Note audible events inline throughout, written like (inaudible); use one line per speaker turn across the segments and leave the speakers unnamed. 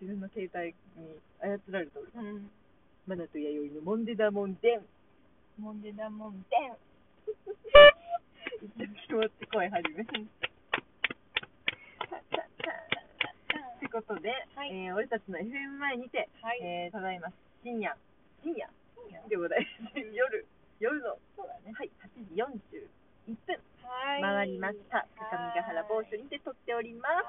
自分の携帯に操られておる。
うん。
マナと弥生のモンデダモンデン。
もんでだもんでん。
気持 (laughs) ち声始 (laughs) め。ってことで、
はい
えー俺たちの FM 前にて、
はい。
えーただいま深夜、深夜でございます。夜、夜の、はい、8時41分
は
回りました。各務原某所にて撮っております。
は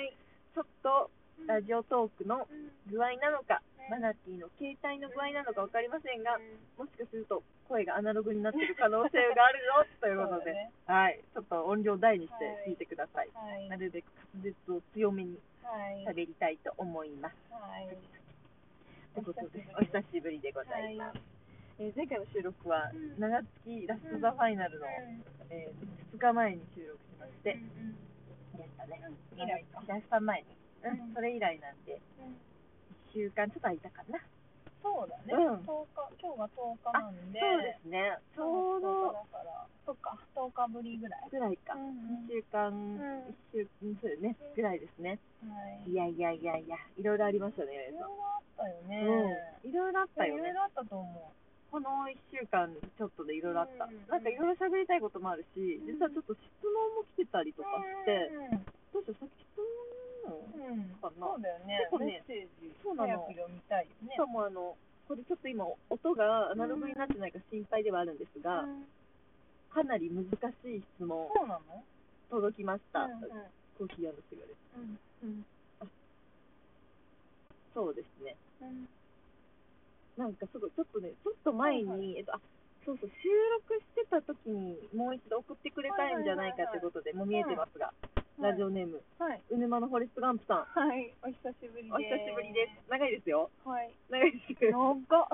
ーい。
ちょっと
うん
ラジオトークの
うん。
具合なのか、
ね
マナティの携帯の具合なのか分かりませんが
う、ん
もしかすると声がアナログになっている可能性があるぞということ
そうだ
で、
ね
はい、ちょっと音量大にして聞いてください。
はい。
なるべく滑舌を強めに
はい。
喋りたいと思います。
はい。
ということで、お久しぶりでございます。えー前回の収録は
う、ん
長月ラストザファイナルの、え2日前に収録しまして、
うん
でしたね。
うん以来か
ラスト前に。うん
うん
それ以来なんで、
うん
1週間ちょっと空いたかな。
そうだね。
うん
10日、今日が10日なんで。
そうですね。ちょう
10日
ど
だから、そっか、10日ぶりぐらい。
ぐらいか。
う
1
ん
週間、
ん
1週間、そうよね、ぐらいですね。
うん。はい。
いやいやいやいや、いろいろありましたね、
い
八
ろいろあったよね。
重さん。いろいろあったよ
いろい
ね。
ろあったと思
この1週間、ちょっとでいろいろあった。
うん
なんかいろいろ喋りたいこともあるし、
ん
実はちょっと質問も来てたり
う。
とかして、どうしよう、さっき質問
うん。うん。
かな
そうだよね。
結構ね
メッセージ、
そうなの
早く読みたいよね。
しかもあの、これちょっと今、音がアナログになってないか心配ではあるんですが、
うん
かなり難しい質問
そうなの
届きました。
うん
コーヒーシガレット
うん。うん。
そうですね。
うん。
なんかすごい、ちょっとね、ちょっと前に、
はいは
えっと、あそうそう、収録してた時にもう一度送ってくれたいんじゃないかってことで、もう見えてますが、ラジオネーム、
はい。
うぬまのフォレストガンプさん。
はい。お久しぶりです。
お久しぶりです。長いですよ。
す。はい。
長いですよ。
なんか、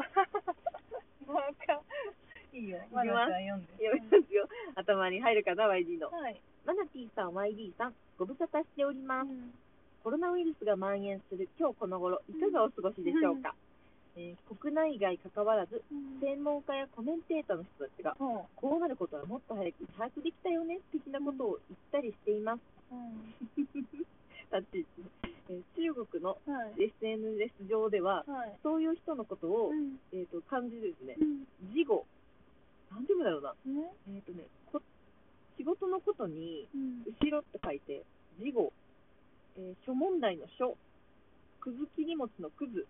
なんか、 (laughs)
(laughs)
いいよ。まだじゃあ読んで。
やめますよ。頭に入るかな、YD の。
はい。
マナティさん、YD さん、ご無沙汰しております。
ん。
コロナウイルスが蔓延する今日この頃、いかがお過ごしでしょうか。えー国内外かかわらず、専門家やコメンテーターの人たちが、
そ
こうなることはもっと早く把握できたよね、的なことを言ったりしています。 (laughs)
う。うん。
立ち位置ねえー中国の
はい。
SNS 上では、
はい。
そういう人のことを、
ん。
えっ、と、漢字でですね
う、ん。
事後、なんて言うんだろうな。
ね。
えっ、とねこ、仕事のことに、
うん。
後ろって書いて、事後、えー、諸問題の書、くず切り餅のくず、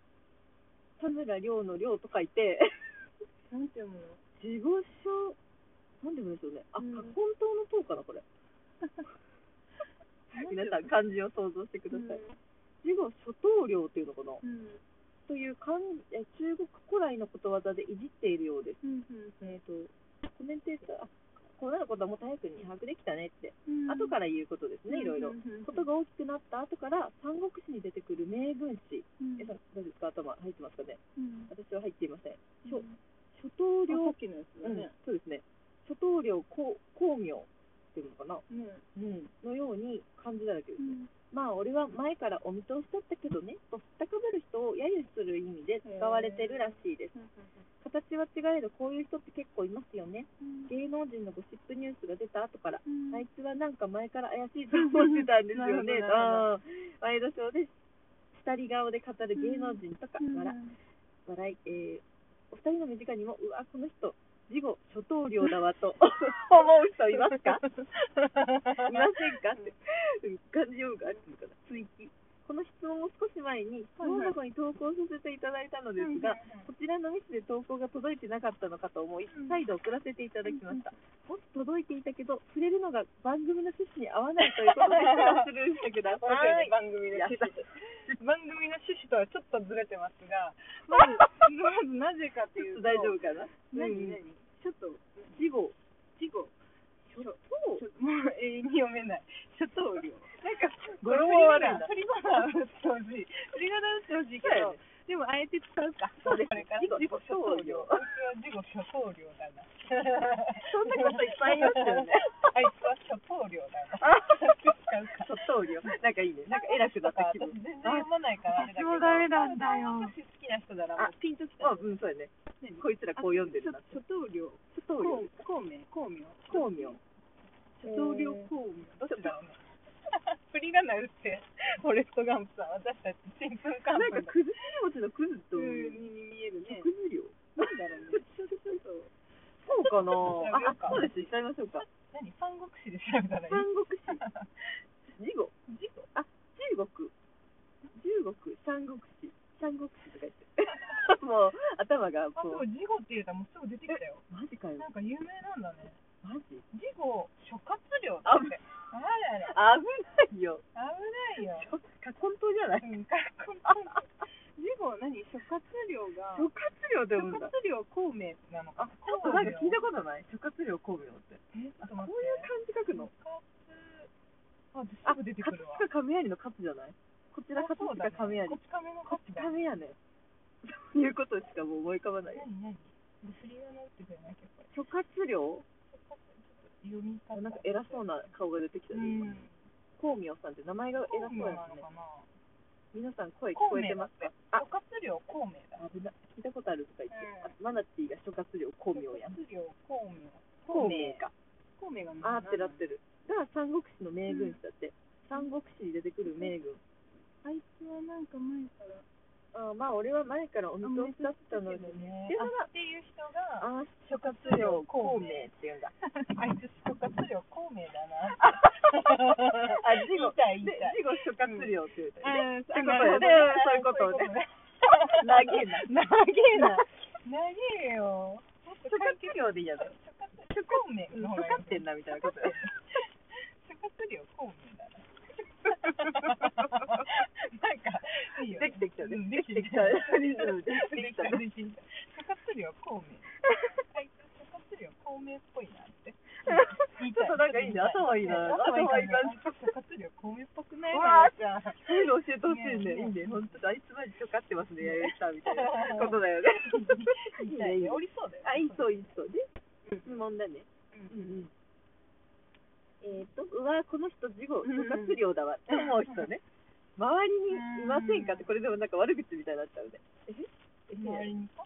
田村亮の亮と書いて、
なんていうの
事後書、なんでもいいですよね。あ、
うん
本当の塔かな、これ。 (laughs) 皆さん、漢字を想像してください。事後諸頭領っていうのかな、
うん。
という漢えー中国古来のことわざでいじっているようです。
うん。
えっ、と、コメンテーター、あ、こうなることはもう早くに把握できたねって、
うん。
後からら言うことですね、いろいろ。。ことが大きくなった後から、三国志に出てくる名軍師、
うん
え、。さ大丈夫ですか頭入ってますかね
うん。
私は入っていません。諸
うん
諸頭領、
きのやつ
うん。そうですね。諸頭領孔孔明っていうのかな、
ね。
うん、のように感じだらけです。
うん。
まあ俺は前からお見通しだったけどねと高ぶる人を揶揄する意味で使われてるらしいです形は違えどこういう人って結構いますよね
うん。
芸能人のゴシップニュースが出た後から
うん
あいつはなんか前から怪しいと思ってたんですよね (laughs)
なるほどな
あーワイドショーで下り顔で語る芸能人とか、笑笑い、えーお二人の身近にもうわこの人事後諸頭領だわと思う人います
(laughs)
かいませんかって、感じようがあるのかな、追記。この質問を少し前に、質問箱に投稿させていただいたのですが、こちらのミスで投稿が届いてなかったのかと思い
うん、
再度送らせていただきました。もし届いていたけど、触れるのが番組の趣旨に合わないということでしたら、スルーしてください。
番組の趣旨番組の趣旨とはちょっとずれてますが、まず、まずなぜかって
ち
い
ょっ
う
と (laughs)
と、
大丈夫かな
何何ちょっと、
事後、
事後、
諸頭
ちょっともう永遠に読めない。諸刀領。なんか、
語呂は悪いな
振り仮名振り仮名打ってほしい。振り仮名打ってほしいけど、でもあえて使うか。
そうです
これから。
事後
事後諸
諸
刀領。うちは事後諸刀領だな。
そんなこといっぱい言いますよね。
あいつは諸刀領だな。
あ
使うか。
諸頭領。なんかいいね。なんか偉くなった気分
私。全然読まないからあれだけど。
私もダメなんだよ
私好きな人だな。
あ
もうピンときた。
あ、うん、そうやね。こいつらこう読んでるな。
諸刀領。
諸頭領。
孔明。孔明。
孔明。
諸刀領孔明。どっちだろうね。振りりがなるって、フォレストガンプさん、私たち、ちんぷんかん
なん
ぷ
か
んだ。
くずき餅のくずと
普通に見えるね。
食料
なんだろうね。
そうかな
やめよ
あ
うか
そうです行っちゃいましょうか
何三国志で調べたらいい
三国志事後事後あ中国中国三国志三国志とか言って
(laughs)
もう頭が
あ、そう
こう、
事後って言うたらもうすぐ出てきたよ。
マジかよ
なんか有名なんだね。
マジ
事後、諸葛亮だって。あれあれ、
危ないよ
危ないよ。
本当じゃない
うん、学校の事後、何諸葛亮が、
諸葛亮って
諸
呼ぶんだ
葛亮孔明なの
あ
か。
ちょっとなんか聞いたことない諸葛亮孔明って
え、ちょっと
こう
待
い
っ
う
て。
漢字書くの
あ、
あ
すぐ出てく
勝
るわ。
か亀有の勝じゃないこちら勝
そう
か亀有
こっち亀の
こ
勝
っ
ち
ち
だ。何
亀やねんそういうことしかもう思い浮かばないよ
何ディスリーは直ってくれないけ
諸
ど、これ。
葛亮
読み方。
なんか偉そうな顔が出てきた
う
ね
ん。
孔明さんって名前が偉そう
孔明
で
なの
すね
かな。
皆さん声聞こえてますかあ
諸葛亮孔明だ。
危ない聞いたことあるとか言って
うん
あマナティーが諸葛亮孔明やん
諸葛亮孔明。
孔明か
孔明が
あー
何
ってなってるが三国志の名軍師だって三国志に出てくる名軍
あいつはなんか前から。
あーまあ俺は前からお見通しだったのに
けど
あ
ね
でも
あっていう人が、
あー諸葛亮孔明って言うんだ
あいつ諸葛亮孔明だな。
あ、
言
事
い
後、
たい言
で
いたい。
事後諸葛亮って言うたよね。
あー
そういうこと
なるほど
ねそういうことね
そうい
長え
うことね長えな。長えよ。もっと
諸葛
解
亮でいいやだ。
決孔明
諸
の方
葛
がいい
ってんなみたいな (laughs) こと。
諸葛亮孔明だな。なんか、いいよね。
できてきたね
うんで
でき
きて
て
き
き
た
た。
で
リ
き
ズムできてきた
た。
ね
できた。諸葛亮孔明。あいつ諸葛亮孔明っぽいなって。
ちょっとなんかいいね頭いいな
頭いい
頭いい感じ
じ。諸葛亮孔明っぽくない
わー
じ
(laughs)
ゃあ。
そういうの教えてほしいね。い
ね
いね。本当あいつまで諸葛ってますね、弥生さんみたいなことだよね。
みたいにおりそうだよね。
あ、いいそう、いいそう。で、質問だね。
う
うんんうん。えっと、うわー、この人、事後、諸葛亮だわって思う人ね。周りにいませんかって、これでもなんか悪口みたいになっちゃうね。ええ
周りにか。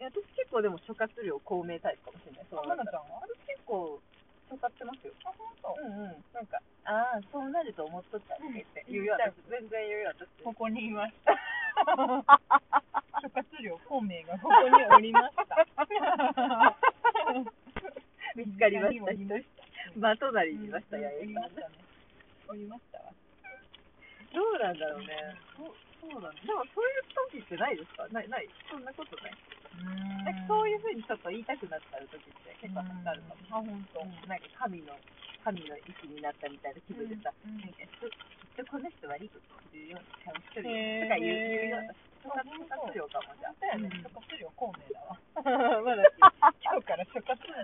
いや私結構でも諸葛亮孔明タイプかもしれない
あ、まなちゃんは。
私結構諸葛ってますよ
あ、本
うんうんなんかああそうなると思っとったって言って
うん
言うよ
言っ
私全然言うよ私
当。ここにいました。諸葛亮孔明がここにおりま (laughs) した。
見つかりまし
見つかりま
たまとなりにいました
うん
や
おりましたね。おりましたわ。
どうなんだろうねそうそうなんだでもそういう時ってないですかないないそんなことないなんかそういうふうにちょっと言いたくなっちゃう時って結構あるかも
あ、本当。
なんか神の神の意志になったみたいな気分でさ、
うんうん
なんかちょっとこの人悪いこと言うような顔してる
へ
よ
ー
とか言う言うような諸葛諸葛亮
あ
かもじゃ
本当やね
うん
諸葛亮孔明だわ。まだ今日から諸葛亮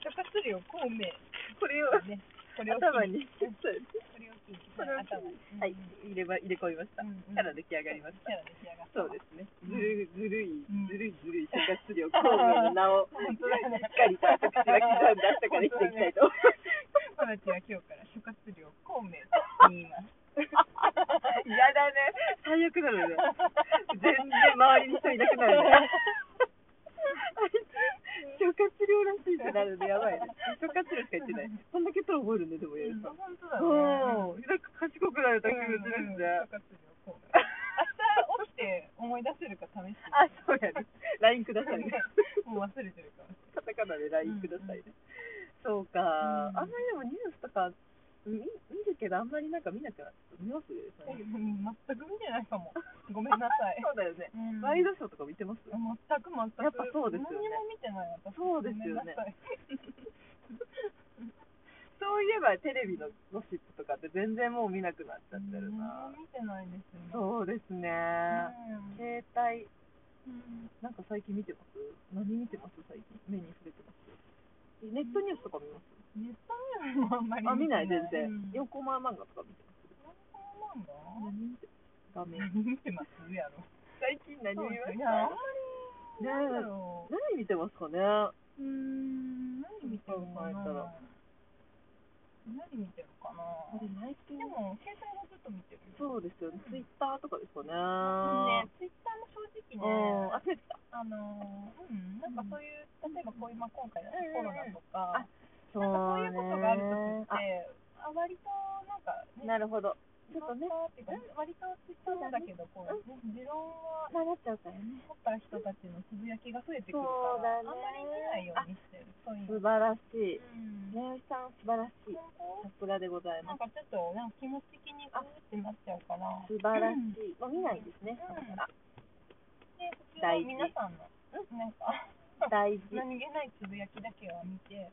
諸葛亮孔明
(laughs) これを
だね。これを
頭
機
に
うん
そうです
これを機に
これを機
頭に
にはい入れば入れ込みました、
うんうん
から出来上がりました
キャラ出来上がった
そう
わ。
ですねず
うん
るずるい
うん
ずるいずるい諸葛亮孔明の名 (laughs) を
本
しっ
当だね
かりと私が刻んだ下から生きていきたいと思います
マナティは今日から諸葛亮孔明と言います。 (laughs)
嫌だね最悪なのね全然周りに人いなくなる
(laughs)
ね諸葛亮らしいってなるのやばいね諸葛亮しか言ってないこんだけと覚えるねでもやるさん
本当だね。
うんなんか賢くなれた気分するんだ
諸葛亮孔明。明日起きて思い出せるか試して。
あそうやね LINE くださいね
もう忘れてるから。
カタカナで LINE くださいね、そうか、
ん
あんまりでもニュースとか見見るけどあんまりなんか見なくなっ見ますよね
う
最近
ん全く見てないかも。ごめんなさい。
そうだよね、
うん
ワイドショーとか見てます、
全く全く。
やっぱそうですよね
何も見てない私。
そうですよね
ごめんなさい
そういえばテレビのゴシップとかって全然もう見なくなっちゃってる
何
な、
も見てないです
そ
よね。う。
うですね、
ん。
携帯
うん
なんか最近見てます何見てます最近目に触れてますネットニュースとか見ます、
ネット見るのもあんまり
あ見ない全然、
うん
横浜漫画とか見てます
そうなんだ。
何見て画面
見てますやろ。
最近何見ま
い
し
や、あん
た
まり。
ねえ
なんだろう。
何見てますかね
うーん、何見てるのかな。
そう考えた
何
ら
見てるかな。で
最近
も、携帯はずっと見てるよ。
そうですよねツイッターとかですかね
ね、ツイッターも正
う
直
んあ増え
ね、
てた
あのー、うん、なんかそういう、例えばこういう、まあ、今回の
うん
コロナと
あ
か、なんか
そう
そういうことがあるときっ
ね
て、あ割となんかね、
なるほど。ち
ち
ょっとね、
っていうか割とツイッターだけど、こう、ね、持論は
なっちゃうからね。
持った人たちのつぶやきが増えてくるか
そうだ
ら、
ね
あんまり見ないようにしてる。そういう
素
の。
晴らしい。
うん
ねおさん、素晴らしい。さすがでございま
なんかちょっと、なんか気持ち的にあってなっちゃうから。
す。素晴らしい。もう見ないですね。
で、普通は皆さんの、なんか、
大事。
(laughs) 何気ないつぶやきだけは見て、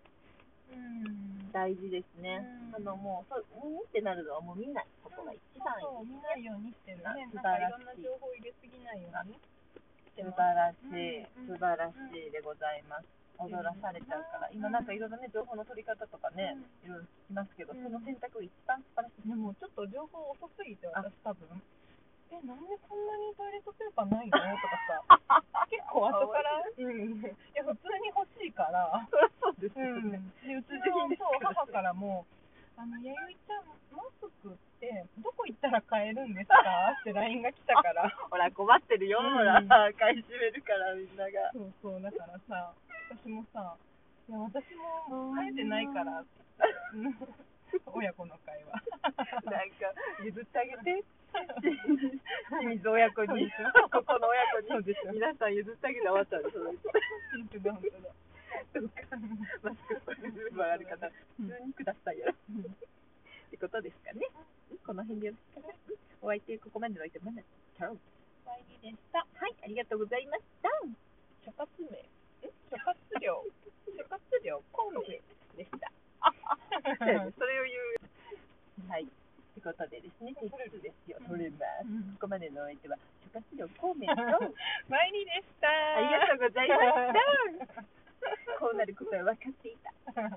うん。
大事ですね。
うん
あの、もう、そう、うんってなるのはもう見ないことが一番いい。
そう見ないようにしてるね。
素晴
なんから
しい
いろんな情報入れすぎないようにして
素晴
ます。
らしい、
うん
素晴らしいでございます。踊らされちゃうから、今なんかいろいろね、情報の取り方とかね、いろいろ聞きますけど、
うん
その選択一番素晴らしい。
でもちょっと情報遅すぎて
あ
私多分えなんでこんなにトイレットペーパーないのとかさ (laughs) 結構後からい
うん、
や普通に欲しいから
そりゃ (laughs) そうですよ
うん
ね。
でうちのそう母からも「あの弥生ちゃんマスクってどこ行ったら買えるんですか?」って LINE が来たから
ほら、困ってるよ、
うん
ほら、買い占めるから、みんなが。
そうそうだからさ私もさいや私も生えてないから (laughs) 親子の会話
なんか、譲ってあげて、 (laughs) 清水親子に、ここの親子
そう
に、
でしょ
皆さん譲ってあげて終わっちゃうんですよ。
本当だ本当だ
そうか、マスクのルールある方、普通にくださいよ。ってことですかね。この辺でよろしいかな。お相手、ここまでのお相手、まだ、キャロン。
会議でした
はい、ありがとうございました。
諸葛名諸葛亮諸葛亮コンビ
でした。それを
う
言う。はい。ってことでですね、テキストですよ。取れます。
ん
ここまでのお相手は、諸葛亮孔 (laughs) 明と、
(laughs) 参りでした
ありがとうございました。こうなることは分かっていた。
とう